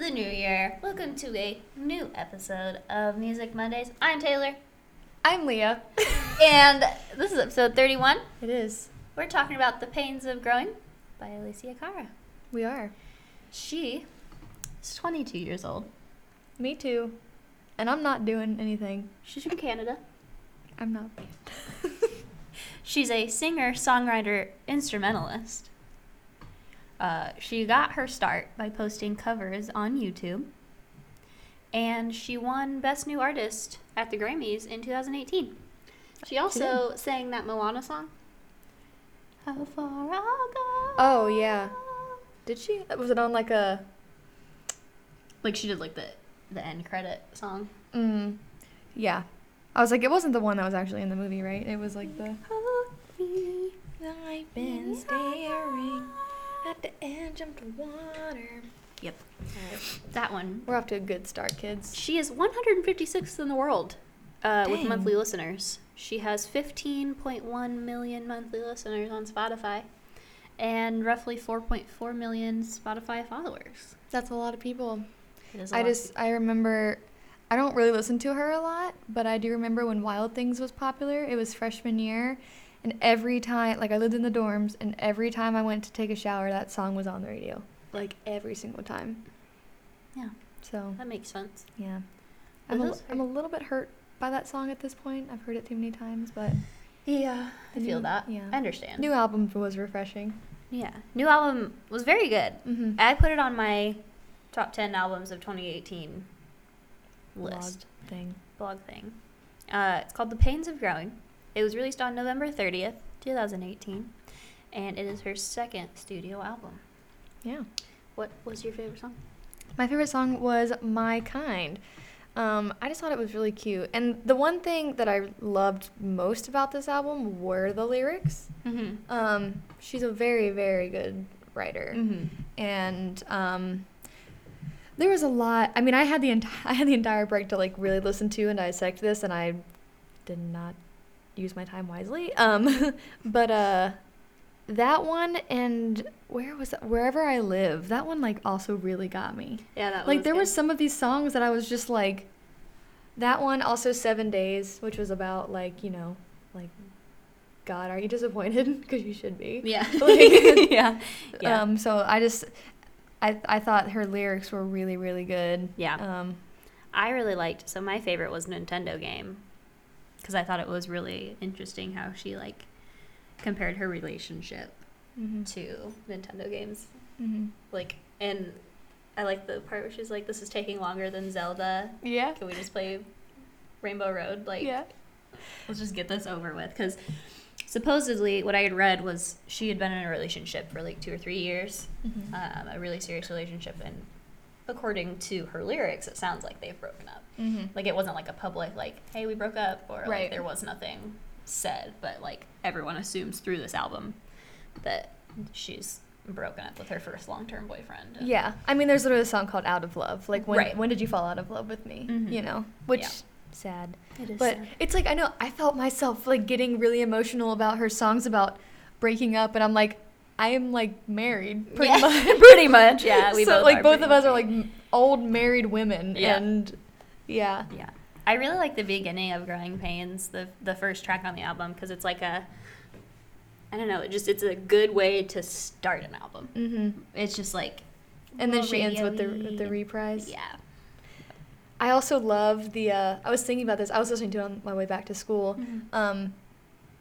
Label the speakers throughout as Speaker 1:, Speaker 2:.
Speaker 1: the new year. Welcome to a new episode of Music Mondays. I'm Taylor,
Speaker 2: I'm Leah.
Speaker 1: and this is episode 31.
Speaker 2: It is.
Speaker 1: We're talking about The Pains of Growing by Alicia Cara.
Speaker 2: We are.
Speaker 1: She is 22 years old.
Speaker 2: Me too. And I'm not doing anything.
Speaker 1: She's from Canada.
Speaker 2: I'm not.
Speaker 1: She's a singer, songwriter, instrumentalist. Uh, she got her start by posting covers on YouTube, and she won Best New Artist at the Grammys in 2018. She also sang that Moana song. How far I'll go.
Speaker 2: Oh, yeah. Did she? Was it on like a?
Speaker 1: Like she did like the the end credit song.
Speaker 2: Mm, yeah. I was like, it wasn't the one that was actually in the movie, right? It was like the.
Speaker 3: I've been staring at the edge of the water.
Speaker 1: Yep, that one
Speaker 2: We're off to a good start, kids.
Speaker 1: She is 156th in the world uh, with
Speaker 2: Dang.
Speaker 1: monthly listeners. She has 15.1 million monthly listeners on Spotify and roughly 4.4 million Spotify followers.
Speaker 2: That's a lot of people.
Speaker 1: It is a
Speaker 2: I
Speaker 1: lot.
Speaker 2: just I remember. I don't really listen to her a lot, but I do remember when Wild Things was popular. It was freshman year, and every time, like I lived in the dorms, and every time I went to take a shower, that song was on the radio, like every single time.
Speaker 1: Yeah.
Speaker 2: So
Speaker 1: that makes sense.
Speaker 2: yeah,
Speaker 1: But
Speaker 2: I'm a,
Speaker 1: those
Speaker 2: I'm
Speaker 1: are-
Speaker 2: a little bit hurt by that song at this point. I've heard it too many times, but
Speaker 1: Yeah, I
Speaker 2: The
Speaker 1: feel
Speaker 2: new-
Speaker 1: that.
Speaker 2: yeah.
Speaker 1: I understand.
Speaker 2: new album was refreshing.
Speaker 1: yeah, new album was very good.
Speaker 2: Mm-hmm.
Speaker 1: I put it on my top 10 albums of 2018 list.
Speaker 2: thing.
Speaker 1: blog thing. Uh, it's called The Pains of Growing. It was released on November 30th, 2018, and it is her second studio album.
Speaker 2: Yeah.
Speaker 1: What was your favorite song?
Speaker 2: My favorite song was My Kind. Um, I just thought it was really cute. And the one thing that I loved most about this album were the lyrics.
Speaker 1: Mm-hmm.
Speaker 2: Um, she's a very, very good writer. And um, there was a lot. I mean, I had the enti- I had the entire break to like really listen to and dissect this, and I did not use my time wisely. Um, but uh, that one and where was that? Wherever I live, that one like also really got me
Speaker 1: Yeah, that
Speaker 2: like there were some of these songs that I was just like that one also 7 days which was about like you know like god are you disappointed because you should be
Speaker 1: Yeah.
Speaker 2: Like-
Speaker 1: yeah. Yeah.
Speaker 2: um so I just I I thought her lyrics were really really good
Speaker 1: Yeah.
Speaker 2: um
Speaker 1: I really liked, so my favorite was Nintendo Game, because I thought it was really interesting how she, like, compared her relationship
Speaker 2: mm-hmm,
Speaker 1: to Nintendo games. Like, and I like the part where she's like, this is taking longer than Zelda,
Speaker 2: yeah
Speaker 1: can we just play Rainbow Road? Like,
Speaker 2: yeah
Speaker 1: let's just get this over with. Because supposedly, what I had read was she had been in a relationship for like two or three years,
Speaker 2: Uh,
Speaker 1: um, a really serious relationship, and according to her lyrics, it sounds like they've broken up.
Speaker 2: Mm-hmm.
Speaker 1: Like it wasn't like a public like, "Hey, we broke up," or like
Speaker 2: Right.
Speaker 1: there was nothing said, but like everyone assumes through this album that she's broken up with her first long-term boyfriend. and-
Speaker 2: yeah I mean there's literally a song called out of love like when
Speaker 1: Right.
Speaker 2: when did you fall out of love with me
Speaker 1: Mhm.
Speaker 2: you know which
Speaker 1: Yeah.
Speaker 2: sad
Speaker 1: It is
Speaker 2: But
Speaker 1: sad.
Speaker 2: it's like I know I felt myself like getting really emotional about her songs about breaking up, and I'm like, I am like married, pretty
Speaker 1: Yeah.
Speaker 2: much.
Speaker 1: pretty much, yeah. We
Speaker 2: so
Speaker 1: both
Speaker 2: like
Speaker 1: are
Speaker 2: both
Speaker 1: pretty
Speaker 2: of us
Speaker 1: much.
Speaker 2: are like m- old married women,
Speaker 1: Yeah.
Speaker 2: and yeah,
Speaker 1: Yeah. I really like the beginning of Growing Pains, the the first track on the album because it's like a I don't know, it just it's a good way to start an album.
Speaker 2: mm-hmm.
Speaker 1: It's just like
Speaker 2: and then
Speaker 1: Well,
Speaker 2: she ends with the with
Speaker 1: radio-y.
Speaker 2: the reprise.
Speaker 1: yeah.
Speaker 2: I also love the. Uh, I was thinking about this. I was listening to it on my way back to school.
Speaker 1: Mm-hmm.
Speaker 2: Um,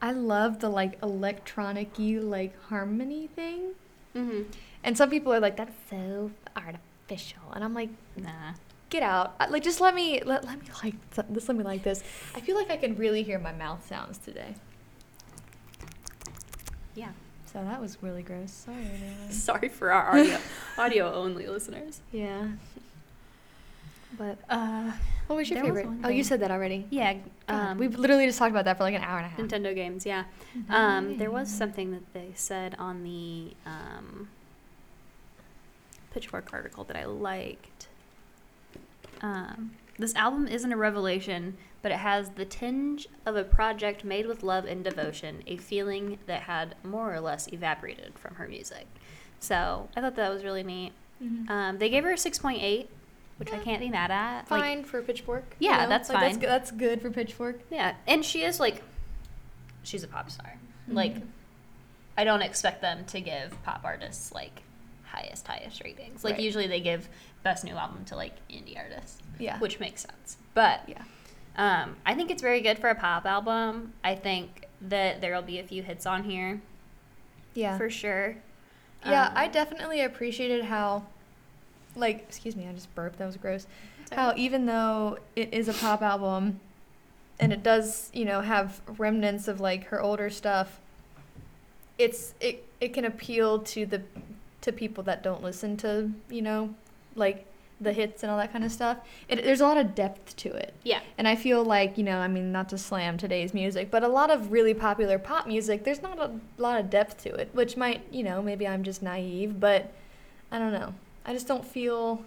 Speaker 2: I love the like electronic-y like harmony thing,
Speaker 1: Mm-hmm.
Speaker 2: and some people are like, that's so artificial, and I'm like.
Speaker 1: Nah.
Speaker 2: get out Uh, like just let me let, let me like th- this let me like this i feel like i can really hear my mouth sounds today
Speaker 1: Yeah.
Speaker 2: so that was really gross sorry everyone
Speaker 1: Sorry for our audio audio only listeners.
Speaker 2: yeah but
Speaker 1: Uh
Speaker 2: what was your
Speaker 1: There was
Speaker 2: favorite
Speaker 1: one
Speaker 2: oh you
Speaker 1: thing.
Speaker 2: said that already
Speaker 1: yeah,
Speaker 2: God,
Speaker 1: um,
Speaker 2: we literally just talked about that for like an hour and a half Mm-hmm.
Speaker 1: Nintendo games, yeah. Um, there was something that they said on the um, Pitchfork article that I liked. Um, this album isn't a revelation, but it has the tinge of a project made with love and devotion, a feeling that had more or less evaporated from her music. So I thought that was really neat.
Speaker 2: Mhm.
Speaker 1: Um, they gave her a 6.8, which I
Speaker 2: Yeah.
Speaker 1: can't be mad at. Like,
Speaker 2: fine for Pitchfork.
Speaker 1: Yeah, that's
Speaker 2: like, That's
Speaker 1: fine.
Speaker 2: good, that's good for Pitchfork.
Speaker 1: yeah, and she is like, she's a pop star.
Speaker 2: Mhm.
Speaker 1: Like, I don't expect them to give pop artists like highest highest ratings. Like
Speaker 2: Right.
Speaker 1: usually they give best new album to like indie artists,
Speaker 2: Yeah.
Speaker 1: which makes sense. But
Speaker 2: yeah.
Speaker 1: Um, I think it's very good for a pop album. I think that there will be a few hits on here
Speaker 2: Yeah.
Speaker 1: for sure.
Speaker 2: yeah,
Speaker 1: Um,
Speaker 2: I definitely appreciated how like excuse me, I just burped. That was gross. How even though it is a pop album and it does, you know, have remnants of like her older stuff, it's it it can appeal to the to people that don't listen to, you know, like the hits and all that kind of stuff. It, there's a lot of depth to it.
Speaker 1: yeah,
Speaker 2: And I feel like, you know, I mean, not to slam today's music, but a lot of really popular pop music, there's not a lot of depth to it, which might, you know, maybe I'm just naive, but I don't know. I just don't feel.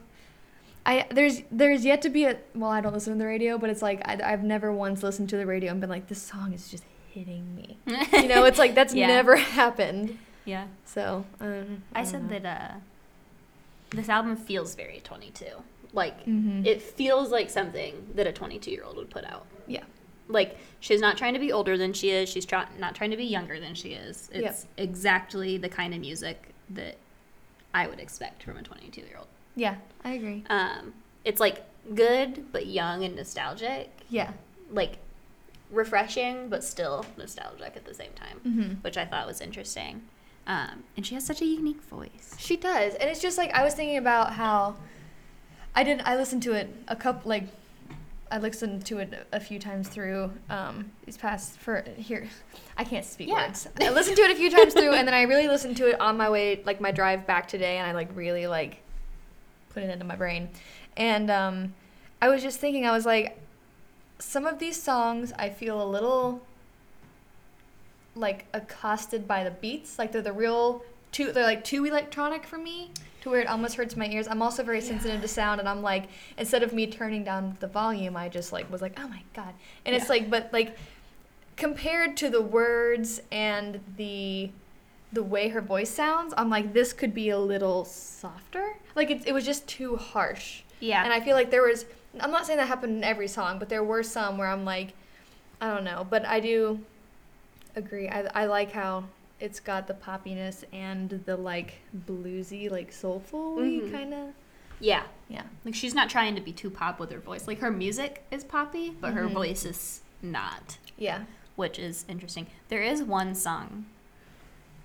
Speaker 2: I there's there's yet to be a well I don't listen to the radio but it's like I, I've never once listened to the radio and been like this song is just hitting me you know it's like that's
Speaker 1: Yeah.
Speaker 2: never happened
Speaker 1: yeah.
Speaker 2: so um,
Speaker 1: I said that uh, this album feels very 22. Like
Speaker 2: hmm
Speaker 1: it feels like something that a 22 year old would put out.
Speaker 2: yeah
Speaker 1: Like she's not trying to be older than she is. She's try- not trying to be younger than she is.
Speaker 2: Yep.
Speaker 1: It's exactly the kind of music that I would expect from a 22 year old.
Speaker 2: yeah I agree
Speaker 1: Um, it's like good but young and nostalgic.
Speaker 2: yeah
Speaker 1: like refreshing but still nostalgic at the same time,
Speaker 2: mm-hmm.
Speaker 1: which I thought was interesting. Um, and she has such a unique voice.
Speaker 2: She does, and it's just like I was thinking about how I did. I listened to it a couple, like I listened to it a few times through um, these past for here. I can't speak
Speaker 1: Yeah.
Speaker 2: words. I listened to it a few times through, and then I really listened to it on my way, like my drive back today, and I like really like put it into my brain. And um, I was just thinking, I was like, some of these songs I feel a little like accosted by the beats. Like they're the real too they're like too electronic for me to where it almost hurts my ears. I'm also very sensitive to sound and I'm like instead of me turning down the volume, I just like was like, "Oh my god." And it's
Speaker 1: Yeah.
Speaker 2: like but like compared to the words and the the way her voice sounds, I'm like this could be a little softer. Like it, it was just too harsh.
Speaker 1: Yeah.
Speaker 2: And I feel like there was I'm not saying that happened in every song, but there were some where I'm like I don't know, but I do agree. I I like how it's got the poppiness and the like bluesy, like soulful
Speaker 1: Mhm.
Speaker 2: kind of.
Speaker 1: yeah.
Speaker 2: Mm-hmm. Yeah.
Speaker 1: Like she's not trying to be too pop with her voice. Like her music is poppy, but her
Speaker 2: Mhm.
Speaker 1: voice is not,
Speaker 2: Yeah.
Speaker 1: which is interesting. There is one song.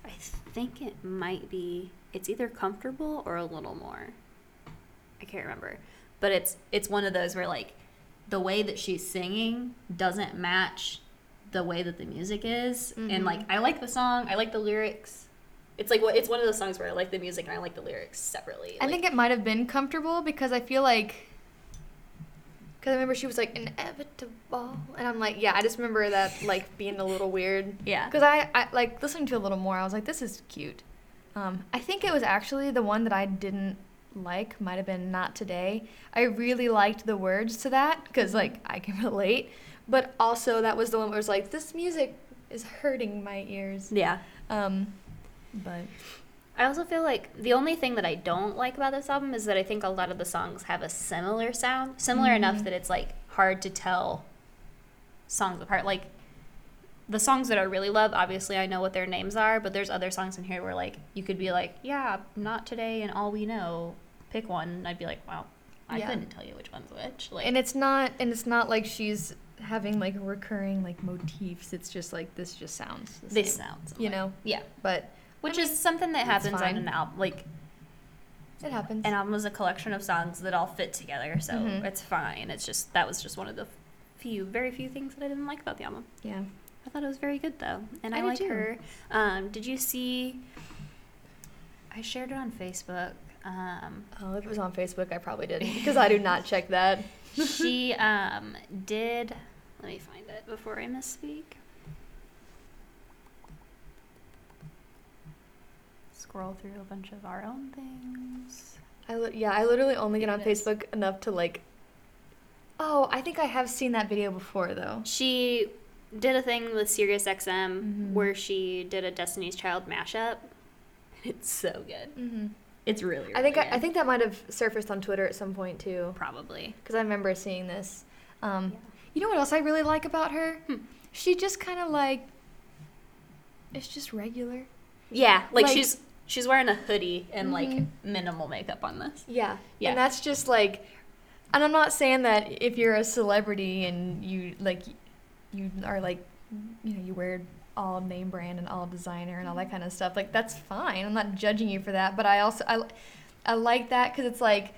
Speaker 1: I think it might be it's either comfortable or a little more. I can't remember. But it's it's one of those where like the way that she's singing doesn't match the way that the music is and
Speaker 2: Mhm.
Speaker 1: like I like the song, I like the lyrics. It's like what it's one of those songs where I like the music and I like the lyrics separately.
Speaker 2: I
Speaker 1: like-
Speaker 2: think it might have been comfortable because I feel like cuz I remember she was like inevitable and I'm like, yeah, I just remember that like being a little weird
Speaker 1: yeah.
Speaker 2: Because I, I like listening to it a little more, I was like, this is cute. Um, I think it was actually the one that I didn't like, might have been not today. I really liked the words to that because like I can relate, but also that was the one where it was like, this music is hurting my ears.
Speaker 1: Yeah.
Speaker 2: Um, but
Speaker 1: I also feel like the only thing that I don't like about this album is that I think a lot of the songs have a similar sound, similar enough
Speaker 2: Mhm.
Speaker 1: that it's like hard to tell songs apart. Like the songs that I really love, obviously I know what their names are, but there's other songs in here where like you could be like, yeah, not today and all we know, pick one. And I'd be like, wow, I
Speaker 2: Yeah.
Speaker 1: couldn't tell you which one's which. Like,
Speaker 2: and it's not and it's not like she's having like recurring like motifs. It's just like this just sounds the
Speaker 1: this
Speaker 2: same,
Speaker 1: sounds,
Speaker 2: you know.
Speaker 1: yeah,
Speaker 2: But
Speaker 1: which is something that happens on
Speaker 2: fine.
Speaker 1: an album. Like
Speaker 2: it happens.
Speaker 1: an album is a collection of songs that all fit together, so
Speaker 2: Mhm.
Speaker 1: it's fine. It's just that was just one of the few, very few things that I didn't like about the album.
Speaker 2: yeah.
Speaker 1: I thought it was very good though, and
Speaker 2: I
Speaker 1: I,
Speaker 2: did
Speaker 1: like
Speaker 2: too.
Speaker 1: her. Um, did you see? I shared it on Facebook. Um,
Speaker 2: Oh, if it was on Facebook, I probably didn't because I do not check that.
Speaker 1: she um, did. Let me find it before I misspeak. Scroll through a bunch of our own things.
Speaker 2: I li- yeah, I literally only get
Speaker 1: It
Speaker 2: on
Speaker 1: is.
Speaker 2: Facebook enough to like. Oh, I think I have seen that video before though.
Speaker 1: She did a thing with Sirius XM
Speaker 2: Mhm.
Speaker 1: Mm-hmm. where she did a Destiny's Child mashup. It's so good.
Speaker 2: Mm-hmm.
Speaker 1: It's really. really
Speaker 2: I think I, I
Speaker 1: good.
Speaker 2: think that might have surfaced on Twitter at some point too,
Speaker 1: probably.
Speaker 2: because I remember seeing this. Um,
Speaker 1: Yeah.
Speaker 2: You know what else I really like about her?
Speaker 1: Hmm.
Speaker 2: She just kind of like. It's just regular.
Speaker 1: Yeah, like, Mm-hmm.
Speaker 2: Like-
Speaker 1: she's she's wearing a hoodie and like
Speaker 2: Mhm.
Speaker 1: minimal makeup on this.
Speaker 2: Yeah.
Speaker 1: Yeah.
Speaker 2: And that's just like, and I'm not saying that if you're a celebrity and you like, you are like, you know, you wear all name brand and all designer and all
Speaker 1: Mm-hmm.
Speaker 2: that kind of stuff. Like that's fine. I'm not judging you for that. But I also I, I like that because it's like.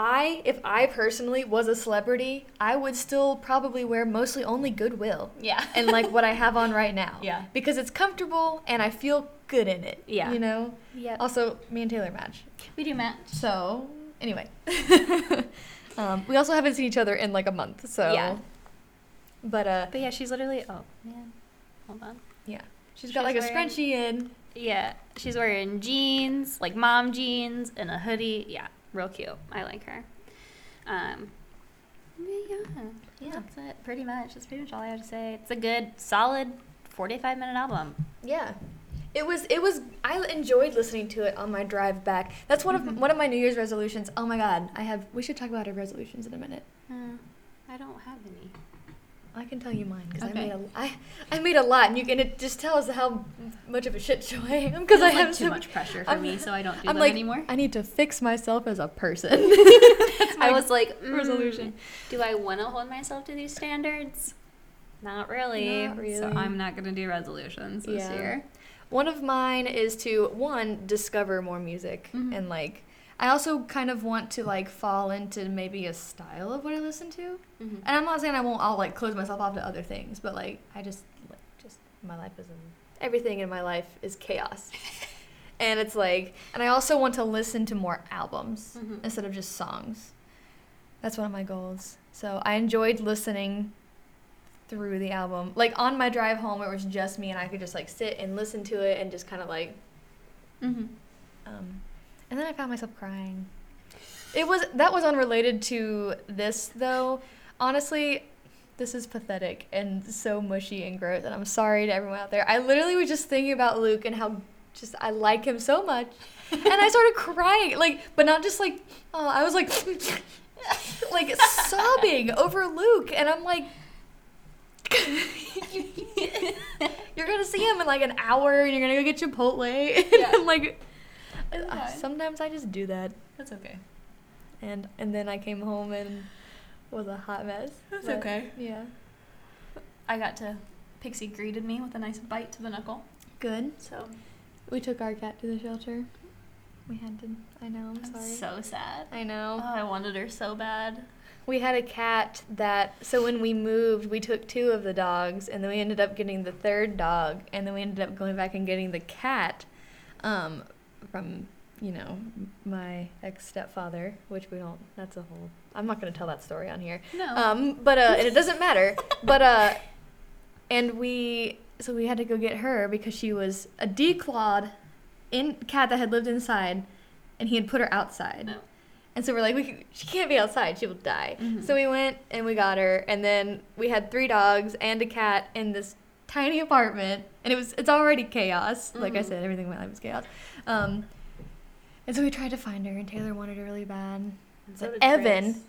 Speaker 2: I, if I personally was a celebrity, I would still probably wear mostly only Goodwill
Speaker 1: Yeah,
Speaker 2: and like what I have on right now.
Speaker 1: Yeah.
Speaker 2: Because it's comfortable and I feel good in it.
Speaker 1: Yeah.
Speaker 2: You know?
Speaker 1: yeah.
Speaker 2: Also, me and Taylor match.
Speaker 1: We do match.
Speaker 2: So, anyway. um, we also haven't seen each other in like a month, so.
Speaker 1: Yeah.
Speaker 2: But uh,
Speaker 1: But yeah, she's literally. Oh man, hold on.
Speaker 2: yeah. She's got like
Speaker 1: She's
Speaker 2: a
Speaker 1: wearing-
Speaker 2: scrunchie in.
Speaker 1: Yeah, she's wearing jeans, like mom jeans, and a hoodie. Yeah, real cute. I like her. Um, yeah,
Speaker 2: Yeah.
Speaker 1: that's it. Pretty much. That's pretty much all I have to say. It's a good, solid, forty-five minute album.
Speaker 2: Yeah. It was it was I enjoyed listening to it on my drive back. That's one of one of my New Year's resolutions. Oh my god, I have we should talk about our resolutions in a minute.
Speaker 1: Hmm, I don't have any.
Speaker 2: I can tell you mine because
Speaker 1: Okay.
Speaker 2: I made a I, I made a lot, and you can it just tell us how much of a shit show I am because I
Speaker 1: Feels like
Speaker 2: have
Speaker 1: too
Speaker 2: so
Speaker 1: much pressure for
Speaker 2: I'm-
Speaker 1: me, so I don't do
Speaker 2: I'm
Speaker 1: them
Speaker 2: like
Speaker 1: anymore.
Speaker 2: I need to fix myself as a person.
Speaker 1: I was like, mm,
Speaker 2: resolution.
Speaker 1: Do I want to hold myself to these standards? Not really.
Speaker 2: Not
Speaker 1: So
Speaker 2: really.
Speaker 1: I'm not gonna do resolutions this
Speaker 2: Yeah.
Speaker 1: year.
Speaker 2: One of mine is to one discover more music
Speaker 1: Mhm.
Speaker 2: and like I also kind of want to like fall into maybe a style of what I listen to.
Speaker 1: Mhm.
Speaker 2: And I'm not saying I won't all like close myself off to other things, but like I just like just my life is in, everything in my life is chaos. and it's like and I also want to listen to more albums
Speaker 1: Mhm.
Speaker 2: instead of just songs. That's one of my goals. So I enjoyed listening through the album. Like on my drive home it was just me and I could just like sit and listen to it and just kind of like
Speaker 1: Mhm.
Speaker 2: um, and then I found myself crying. It was that was unrelated to this though. Honestly, this is pathetic and so mushy and gross. And I'm sorry to everyone out there. I literally was just thinking about Luke and how just I like him so much, and I started crying like, but not just like oh, I was like like sobbing over Luke, and I'm like. you're gonna see him in like an hour, and you're gonna go get Chipotle, and
Speaker 1: Yeah.
Speaker 2: I'm like,
Speaker 1: It's
Speaker 2: uh,
Speaker 1: fine.
Speaker 2: sometimes I just do that,
Speaker 1: That's okay.
Speaker 2: and and then I came home and was a hot mess.
Speaker 1: That's
Speaker 2: but-
Speaker 1: okay.
Speaker 2: Yeah.
Speaker 1: I got to. Pixie greeted me with a nice bite to the knuckle.
Speaker 2: Good.
Speaker 1: So
Speaker 2: We took our cat to the shelter. We had to. I know. I'm sorry.
Speaker 1: so sad.
Speaker 2: I
Speaker 1: Oh,
Speaker 2: know.
Speaker 1: I wanted her so bad.
Speaker 2: We had a cat that. So when we moved, we took two of the dogs, and then we ended up getting the third dog, and then we ended up going back and getting the cat, um, from you know my ex stepfather, which we don't. That's a whole. I'm not gonna tell that story on here.
Speaker 1: No.
Speaker 2: Um, but uh, and it doesn't matter. but uh, and we so we had to go get her because she was a declawed in cat that had lived inside, and he had put her outside.
Speaker 1: No.
Speaker 2: And so we're like, we can, she can't be outside; she will die.
Speaker 1: Mhm.
Speaker 2: So we went and we got her, and then we had three dogs and a cat in this tiny apartment, and it was it's already chaos. Like I
Speaker 1: Mhm.
Speaker 2: said, everything in my life was chaos. Um, and so we tried to find her, and Taylor wanted her really bad.
Speaker 1: And so
Speaker 2: but
Speaker 1: did
Speaker 2: Evan-
Speaker 1: Chris.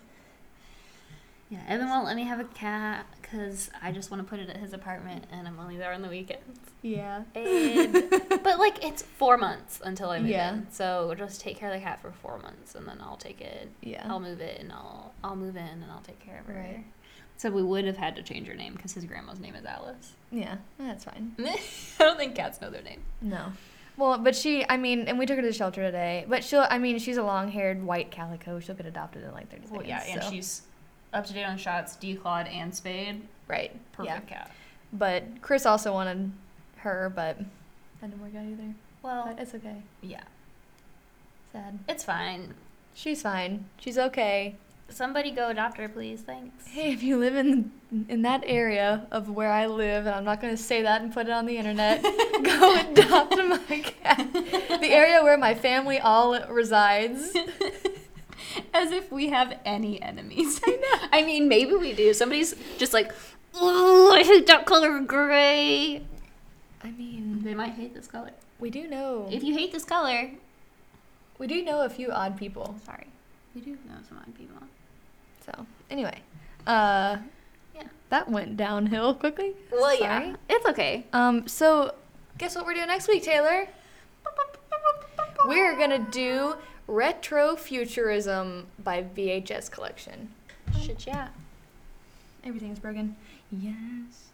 Speaker 1: Yeah, Evan won't let me have a cat because I just want to put it at his apartment and I'm only there on the weekends.
Speaker 2: Yeah.
Speaker 1: And, but like it's four months until I move
Speaker 2: Yeah.
Speaker 1: in, so just take care of the cat for four months and then I'll take it.
Speaker 2: Yeah.
Speaker 1: I'll move it and I'll I'll move in and I'll take care of her.
Speaker 2: Right.
Speaker 1: So we would have had to change her name because his grandma's name is Alice.
Speaker 2: Yeah. That's fine.
Speaker 1: I don't think cats know their name.
Speaker 2: No. Well, but she, I mean, and we took her to the shelter today. But she'll, I mean, she's a long-haired white calico. She'll get adopted in like 30 seconds.
Speaker 1: Well, yeah, and
Speaker 2: so-
Speaker 1: she's up to date on shots, declawed and spayed.
Speaker 2: right.
Speaker 1: Perfect cat.
Speaker 2: Yeah. But Chris also wanted her, but that didn't work out either.
Speaker 1: Well,
Speaker 2: But it's okay.
Speaker 1: yeah,
Speaker 2: Sad.
Speaker 1: it's fine.
Speaker 2: She's fine. She's okay.
Speaker 1: Somebody go adopt her, please. Thanks.
Speaker 2: Hey, if you live in in that area of where I live, and I'm not going to say that and put it on the internet, go adopt my cat. The area where my family all resides.
Speaker 1: As if we have any enemies. I know. I mean, maybe we do. Somebody's just like, oh, I hate that color gray.
Speaker 2: I mean,
Speaker 1: They might hate this color.
Speaker 2: we do know.
Speaker 1: If you hate this color,
Speaker 2: We do know a few odd people.
Speaker 1: Sorry. We do know some odd people.
Speaker 2: So anyway, uh,
Speaker 1: Yeah.
Speaker 2: that went downhill quickly.
Speaker 1: Well,
Speaker 2: yeah.
Speaker 1: yeah. It's okay.
Speaker 2: Um, so guess what we're doing next week, Taylor? We're gonna do retro futurism by VHS collection.
Speaker 1: Shit, yeah.
Speaker 2: Everything's broken. Yes.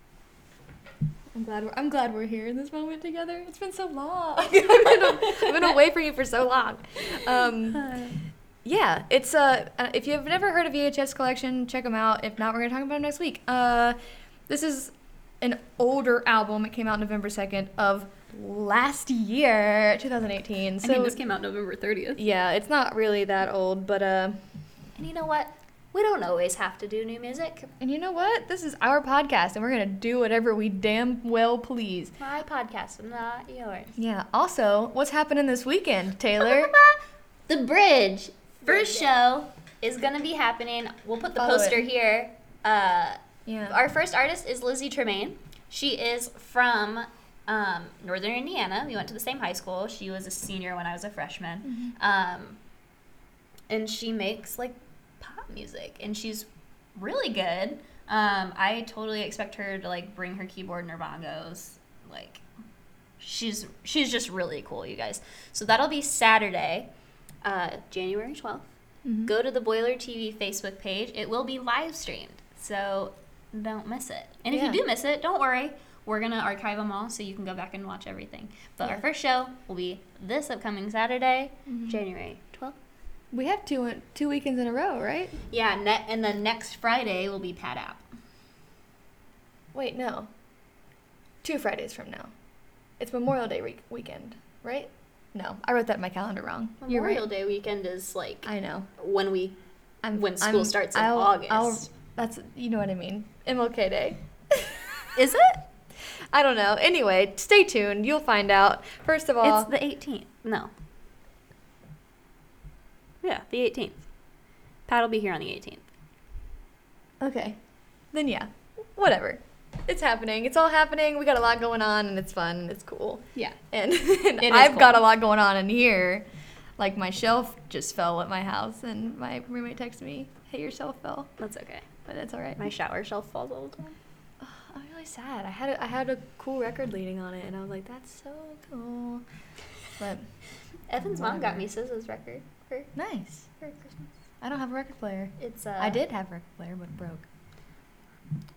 Speaker 2: I'm glad we're I'm glad we're here in this moment together. It's been so long. I've, been, I've been away from you for so long.
Speaker 1: Uh,
Speaker 2: Um, yeah, it's uh, uh, if you've never heard of VHS collection, check them out. If not, we're gonna talk about them next week. Uh, this is an older album. It came out November second of last year, 2018. So
Speaker 1: I mean, this came out November 30th.
Speaker 2: yeah, it's not really that old, but uh,
Speaker 1: And you know what? We don't always have to do new music.
Speaker 2: and you know what? This is our podcast, and we're gonna do whatever we damn well please.
Speaker 1: My podcast, not yours.
Speaker 2: Yeah. Also, what's happening this weekend, Taylor?
Speaker 1: the bridge first show is gonna be happening. We'll put the
Speaker 2: Follow
Speaker 1: poster
Speaker 2: it.
Speaker 1: here. Uh,
Speaker 2: yeah.
Speaker 1: Our first artist is Lizzie Tremaine. She is from um, Northern Indiana. We went to the same high school. She was a senior when I was a freshman. Um, and she makes like pop music, and she's really good. Um, I totally expect her to like bring her keyboard and her bongos. Like, she's she's just really cool, you guys. So that'll be Saturday, uh, January twelfth
Speaker 2: Mhm.
Speaker 1: go to the Boiler TV Facebook page. It will be live streamed, so don't miss it. And if
Speaker 2: Yeah.
Speaker 1: you do miss it, don't worry. We're going to archive them all so you can go back and watch everything. But
Speaker 2: Yeah. Mm-hmm.
Speaker 1: our first show will be this upcoming Saturday, January 12th.
Speaker 2: We have two two weekends in a row, right?
Speaker 1: Yeah, ne- and then next Friday will be Pat App.
Speaker 2: Wait, no. Two Fridays from now. It's Memorial Day week- weekend, right? No, I wrote that in my calendar wrong. You're
Speaker 1: Memorial
Speaker 2: right.
Speaker 1: Day weekend is like
Speaker 2: I know.
Speaker 1: when we.
Speaker 2: I'm,
Speaker 1: When school starts in August.
Speaker 2: that's you know what I mean. MLK Day.
Speaker 1: Is it?
Speaker 2: I don't know. Anyway, stay tuned. You'll find out. First of all,
Speaker 1: it's the 18th. No. Yeah, the 18th. Pat will be here on the 18th.
Speaker 2: okay. Then yeah, whatever. It's happening. It's all happening. We got a lot going on, and it's fun. And it's cool.
Speaker 1: Yeah.
Speaker 2: and, and
Speaker 1: is
Speaker 2: I've got a
Speaker 1: cold.
Speaker 2: lot going on in here. Like my shelf just fell at my house, and my roommate texted me, "Hey, your shelf fell,"
Speaker 1: That's okay.
Speaker 2: but it's all right.
Speaker 1: My shower shelf falls all the time.
Speaker 2: Ugh, I'm really sad. I had a, I had a cool record leading on it, and I was like, "That's so cool." But
Speaker 1: Evan's mom got
Speaker 2: Whatever.
Speaker 1: me SZA's record for,
Speaker 2: nice.
Speaker 1: for Christmas.
Speaker 2: I don't have a record player.
Speaker 1: It's uh,
Speaker 2: I did have a record player, but it broke.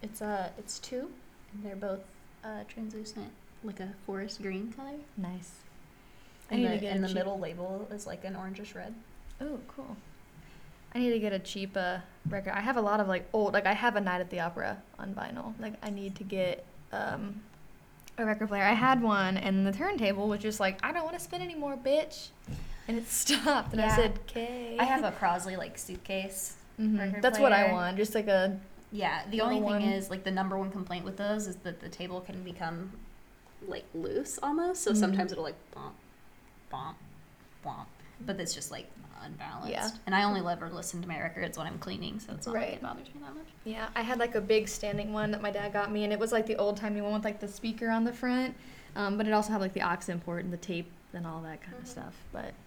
Speaker 1: It's uh, it's two, and they're both uh, translucent, like a forest green color.
Speaker 2: Nice. I
Speaker 1: And
Speaker 2: need
Speaker 1: the,
Speaker 2: to get
Speaker 1: and
Speaker 2: a
Speaker 1: the
Speaker 2: cheap-
Speaker 1: middle label is like an orangish red.
Speaker 2: Oh, cool. I need to get a cheap uh, record. I have a lot of like old, like I have a Night at the Opera on vinyl. Like I need to get um, a record player. I had one, and the turntable was just like, I don't want to spin anymore, bitch. And it stopped, and I
Speaker 1: Yeah.
Speaker 2: said, "K." Mm-hmm.
Speaker 1: I have a Crosley like suitcase. record
Speaker 2: That's what I
Speaker 1: player.
Speaker 2: want. Just like a
Speaker 1: Yeah. The
Speaker 2: Little
Speaker 1: only
Speaker 2: one.
Speaker 1: thing is like the number one complaint with those is that the table can become like loose almost. So
Speaker 2: Mhm.
Speaker 1: sometimes it'll like bump, bump, bump, but it's just like unbalanced. And I only ever listen to my records when I'm cleaning, so it's not like
Speaker 2: Right.
Speaker 1: it bothers me that much.
Speaker 2: yeah. I had like a big standing one that my dad got me, and it was like the old timey one with like the speaker on the front, um, but it also had like the aux import and the tape and all that kind of stuff. But Mm-hmm.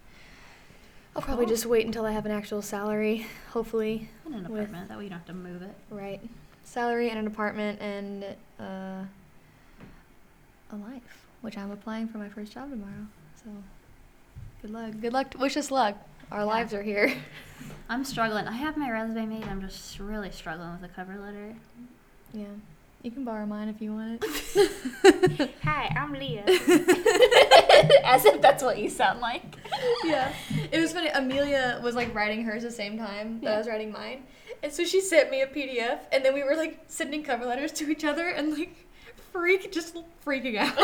Speaker 2: I'll probably
Speaker 1: Cool.
Speaker 2: just wait until I have an actual salary, hopefully.
Speaker 1: In an
Speaker 2: With-
Speaker 1: apartment, that way you don't have to move it.
Speaker 2: Right. Salary and an apartment and uh, a life, which I'm applying for my first job tomorrow. So good luck. Good luck. Wish us luck. Our
Speaker 1: Yeah.
Speaker 2: lives are here.
Speaker 1: I'm struggling. I have my resume made. I'm just really struggling with the cover letter.
Speaker 2: Yeah. You can borrow mine if you want it.
Speaker 1: Hi, I'm Leah. As if that's what you sound like.
Speaker 2: yeah. It was funny. Amelia was like writing hers the same time that I
Speaker 1: Yeah.
Speaker 2: was writing mine. And so she sent me a PDF and then we were like sending cover letters to each other and like freak just freaking out.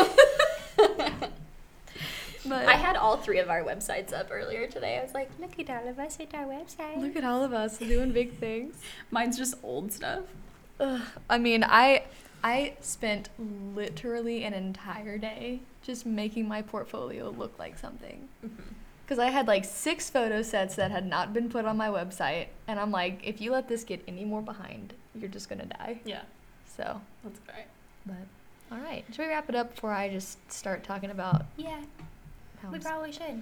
Speaker 2: but
Speaker 1: I had all three of our websites up earlier today. I was like, look at all of us at our website.
Speaker 2: look at all of us doing big things.
Speaker 1: Mine's just old stuff.
Speaker 2: Ugh, I mean, I I spent literally an entire day just making my portfolio look like something.
Speaker 1: Mm-hmm.
Speaker 2: Because I had like six photo sets that had not been put on my website, and I'm like, if you let this get any more behind, you're just gonna die.
Speaker 1: Yeah,
Speaker 2: So,
Speaker 1: that's all right.
Speaker 2: but all right, should we wrap it up before I just start talking about
Speaker 1: Yeah,
Speaker 2: how?
Speaker 1: we
Speaker 2: I'm s-
Speaker 1: probably should.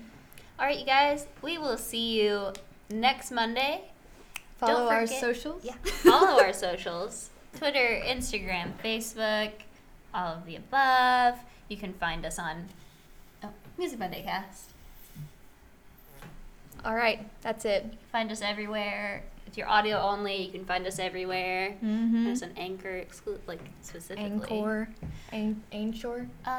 Speaker 1: All right, you guys, we will see you next Monday. Don't
Speaker 2: Follow our
Speaker 1: forget-
Speaker 2: socials.
Speaker 1: Yeah. Follow our socials Twitter, Instagram, Facebook, all of the above. You can find us on oh, Music Monday Cast.
Speaker 2: All right, that's it.
Speaker 1: Find us everywhere. If you're audio only, you can find us everywhere.
Speaker 2: Mm-hmm.
Speaker 1: There's an anchor exclu- like specifically.
Speaker 2: Anchor, An- Anchor.
Speaker 1: Uh,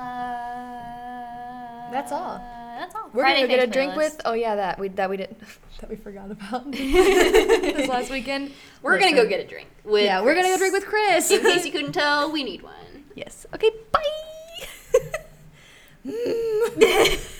Speaker 2: That's all.
Speaker 1: That's all.
Speaker 2: We're
Speaker 1: Friday
Speaker 2: gonna go get a
Speaker 1: Page
Speaker 2: drink
Speaker 1: playlist.
Speaker 2: with. Oh yeah, that we that we didn't that we forgot about this last weekend.
Speaker 1: We're gonna go get a drink with.
Speaker 2: yeah, we're gonna go
Speaker 1: Chris.
Speaker 2: drink with Chris.
Speaker 1: In case you couldn't tell, we need one.
Speaker 2: yes. Okay. Bye. Mm.